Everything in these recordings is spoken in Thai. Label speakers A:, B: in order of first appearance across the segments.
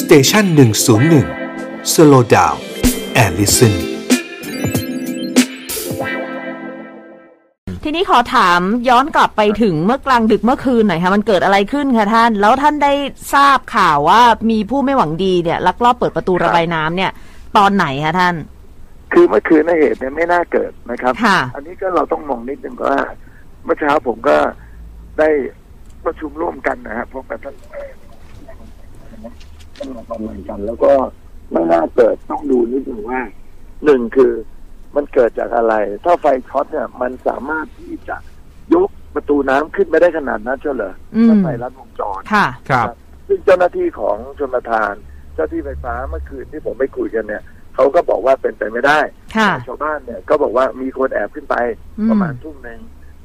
A: สเตชันหนึ่งศูนย์หนึ่งสโลดาวแอลลิสัน
B: ทีนี้ขอถามย้อนกลับไปถึงเมื่อกลางดึกเมื่อคืนหน่อยค่ะมันเกิดอะไรขึ้นคะท่าน แล้วท่านได้ทราบข่าวว่ามีผู้ไม่หวังดีเนี่ยลักลอบเปิดประตูระบายน้ำเนี่ย ตอนไหนคะท่าน
C: คือเมื่อคืนนะเหตุเนี่ยไม่น่าเกิดนะครับ
B: ค่ะ
C: อันนี้ก็เราต้องมองนิดนึงว่าเมื่อเช้าผมก็ได้ประชุมร่วมกันนะฮะพบกับท่านท่านรองประเมินกัน แล้วก็ไม่น่าเกิดต้องดูนิดนึงว่าหนึ่งคือมันเกิดจากอะไร ถ้าไฟช็อตเนี่ยมันสามารถที่จะยกประตูน้ำขึ้นไม่ได้ขนาดนั้นเชียวเหรอ
B: อืม
C: ถ้าไฟรัดวงจร
B: ค่ะ
D: ครับ
C: ซึ่งเจ้าหน้าที่ของชนประทาน เจ้าที่ไฟฟ้าเมื่อคืนที่ผมไปคุยกันเนี่ยเขาก็บอกว่าเป็นไปไม่ได้
B: ค่ะ
C: ชาวบ้านเนี่ยก็บอกว่ามีคนแอบขึ้นไป
B: อืม
C: ประมาณทุ่มหนึ่ง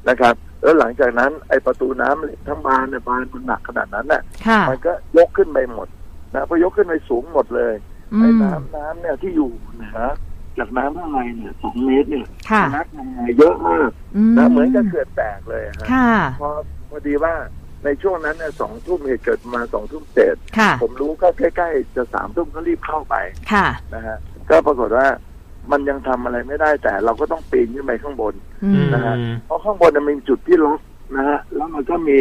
C: นะครับ แล้วหลังจากนั้นไอ้ประตูน้ำเหล็กทั้งบานเนี่ยบานมันหนักขนาดนั้นน่ะ
B: ค่ะ
C: มันก็ยกขึ้นไปหมดนะพอยกขึ้นไปสูงหมดเลย
B: อื
C: ไอ้
B: ม
C: น้ำน้ำเนี่ยที่อยู่เหนือจากน้ำข้างในเนี่ยสองเมตรเนี่ย
B: ค่ะ
C: นักยังไงเยอะมาก
B: อืม
C: นะเหมือนกับเกิดแตกเลยฮะ
B: ค่ะ
C: พอพอดีว่าในช่วงนั้นเนี่ยสองทุ่มเหตุเกิดประมาณสองทุ่มเศษ
B: ค่ะ
C: ผมรู้ก็ใกล้ๆจะสามทุ่มก็รีบเข้าไป
B: ค่ะ
C: นะฮะก็ปรากฏว่ามันยังทำอะไรไม่ได้แต่เราก็ต้องปีนขึ้นไปข้างบน
B: อืม
C: นะฮะ เพราะข้างบนเนี่ยมันมีจุดที่ล็อกนะฮะแล้วมันก็มี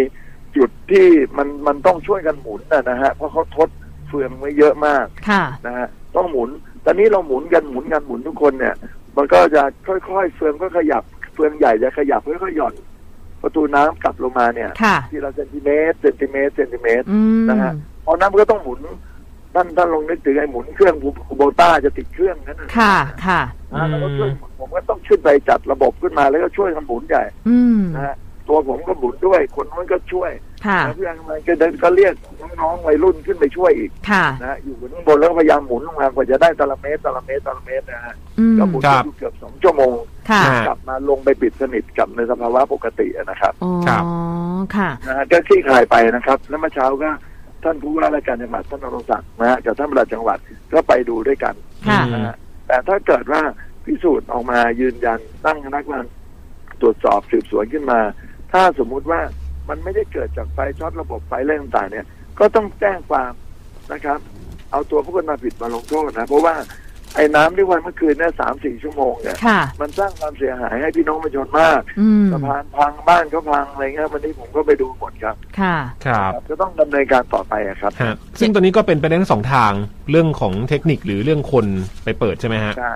C: จุดที่มันมันต้องช่วยกันหมุนนะนะฮะเพราะเขาทดเฟืองไว้เยอะมาก
B: ค่ะ
C: นะฮะต้องหมุน ตอนนี้เราหมุนกันหมุนกันหมุนทุกคนเนี่ย มันก็จะค่อยๆเฟืองก็ขยับเฟืองใหญ่จะขยับค่อยๆหย่อน ประตูน้ำกลับลงมาเนี่ย
B: ค่ะ
C: ทีละเซนติเมตรเซนติเมตรเซนติเมตร
B: อืม
C: นะฮะ พอน้ำมันก็ต้องหมุนท่านท่านลองนึกถึงไอ้หมุนเครื่องคูโบต้าจะติดเครื่องนั่นน่ะ
B: ค่ะ ค่ะ
C: นะแล้วก็ช่วยหมุนผมก็ต้องขึ้นไปจัดระบบขึ้นมาแล้วก็ช่วยกันหมุนใหญ่
B: อืม
C: นะฮะตัวผมก็หมุนด้วยคนนั้นก็ช่วย
B: ค่ะ
C: แล้วเพื่อนมันก็เดินก็เรียกน้องๆวัยรุ่นขึ้นไปช่วยอีก
B: ค่ะ
C: นะฮะอยู่บนข้างบนแล้วก็พยายามหมุนลงมากว่าจะได้ตะละเมตรตะละเมตรตะละเมตรนะฮะ
B: อืม
C: ก็หมุน
D: ครับ
C: อยู่เกือบสองชั่วโมง
B: ค่ะ
D: อ่า
C: กลับมาลงไปปิดสนิทกลับในสภาวะปกตินะครับ
B: อ๋อ
D: ครับ
B: ค่ะ
C: นะฮะก็คลี่คลายไปนะครับ แล้วเมื่อเช้าก็ท่านผู้ว่าราชการจังหวัดท่านนรงศักดิ์นะฮะกับท่านประหลัดจังหวัดก็ไปดูด้วยกัน
B: ค่ะ
D: อืม
C: นะฮะแต่ถ้าเกิดว่าพิสูจน์ออกมายืนยันตั้งคณะกรรมการตรวจสอบสืบสวนขึ้นมา ถ้าสมมุติว่ามันไม่ได้เกิดจากไฟช็อตระบบไฟเรื่องต่างๆเนี่ย ก็ต้องแจ้งความนะครับ เอาตัวผู้กระทำผิดมาลงโทษนะ เพราะว่าไอ้น้ำที่วันเมื่อคืนเนี่ยสามสี่ชั่วโมงเนี่ย
B: ค่ะ
C: มันสร้างความเสียหายให้พี่น้องประชาชนมาก
B: อืม
C: สะพานพังบ้านก็พังอะไรเงี้ยวันนี้ผมก็ไปดูหมดครับ
B: ค่ะ
D: ครับ
C: ก็ต้องดำเนินการต่อไปอะครับ
D: ฮะซึ่งตอนนี้ก็เป็นไปได้ทั้งสองทางเรื่องของเทคนิคหรือเรื่องคนไปเปิดใช่ไหมฮะ
C: ใช่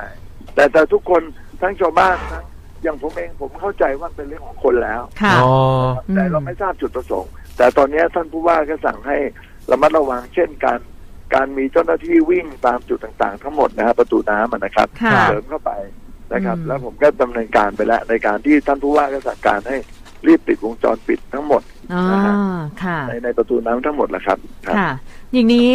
C: แต่แต่ทุกคนทั้งชาวบ้านทั้งอย่างผมเองผมเข้าใจว่าเป็นเรื่องของคนแล้ว
B: ค่ะ
D: อ๋อ
C: แต่เราไม่ทราบจุดประสงค์ แต่ตอนนี้ท่านผู้ว่าก็สั่งให้ระมัดระวังเช่นการการมีเจ้าหน้าที่วิ่งตามจุดต่างๆ ทั้งหมดนะฮะประตูน้ำอะนะครับ
B: ค่ะ
C: เสริมเข้าไปนะครับ
B: อืม
C: แล้วผมก็ดำเนินการไปแล้วในการที่ท่านผู้ว่าก็สั่งการให้รีบปิดวงจรปิดทั้งหมด
B: อ๋อ ค่ะ
C: ในในประตูน้ำทั้งหมดแหละครับครับ
B: ค่ะ อย่างนี้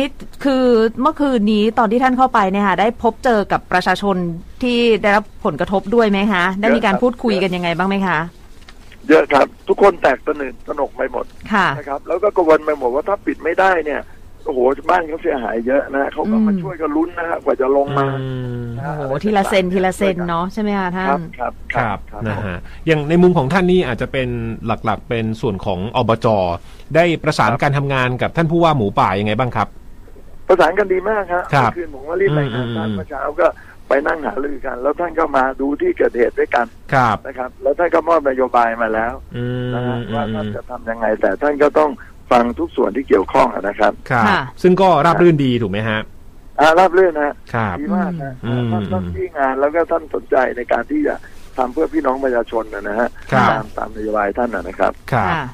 B: คือเมื่อคืนนี้ตอนที่ท่านเข้าไปเนี่ยค่ะได้พบเจอกับประชาชนที่ได้รับผลกระทบด้วยไหมคะ ได้มีการ
C: เยอะครับ
B: พูดคุยกันยังไงบ้างไหมคะ
C: เยอะครับ ทุกคนแตกตื่นตระหนกไปหมด
B: ค่ะ
C: นะครับ แล้วก็กังวลไปหมดว่าถ้าปิดไม่ได้เนี่ยโอ้โหบ้านเขาเสียหายเยอะนะเขาก็มา
B: อืม
C: ช่วยกันลุ้นนะฮะกว่าจะลงมานะ
B: โอ้
C: ฮะ
B: โหทีละเซนทีละเซนเนาะใช่ไหมคะท่า
C: ครั
B: น
C: บครับ
D: ครับ
C: ครับ
D: นะฮะอย่างในมุมของท่านนี่อาจจะเป็นหลักๆ เป็นส่วนของอบจได้ประสานการทำงานกับท่านผู้ว่าหมูป่ายังไงบ้างครับ
C: ประสานกันดีมากครับ
D: ครับ
C: เมื่อคืนผมก็รีบไปงานท่าน
D: อืม
C: เมื่อเช้าก็ไปนั่งหารือกัน แล้วท่านก็มาดูที่เกิดเหตุด้วยกัน
D: ครับ
C: นะครับ แล้วท่านก็มอบนโยบายมาแล้ว
D: อื
C: นะ
D: ม
C: ฮะว่า
D: อื
C: ท่าน
D: ม
C: จะทำยังไง แต่ท่านก็ต้องฟังทุกส่วนที่เกี่ยวข้องอะนะครับ
D: ครับ
B: ค่ะ
D: ซึ่งก็ราบรื่นดีถูกไหมฮะ
C: อ่ารับเรื่องนะครับ ดีมากนะ
D: อืม
C: ท่านต้องที่งานแล้วก็ท่านสนใจในการที่จะทำเพื่อพี่น้องประชาชนนะนะฮะ
D: ครับ
C: ตามตามนโยบายท่านนะนะครับ
D: ครับ
B: ค่ะ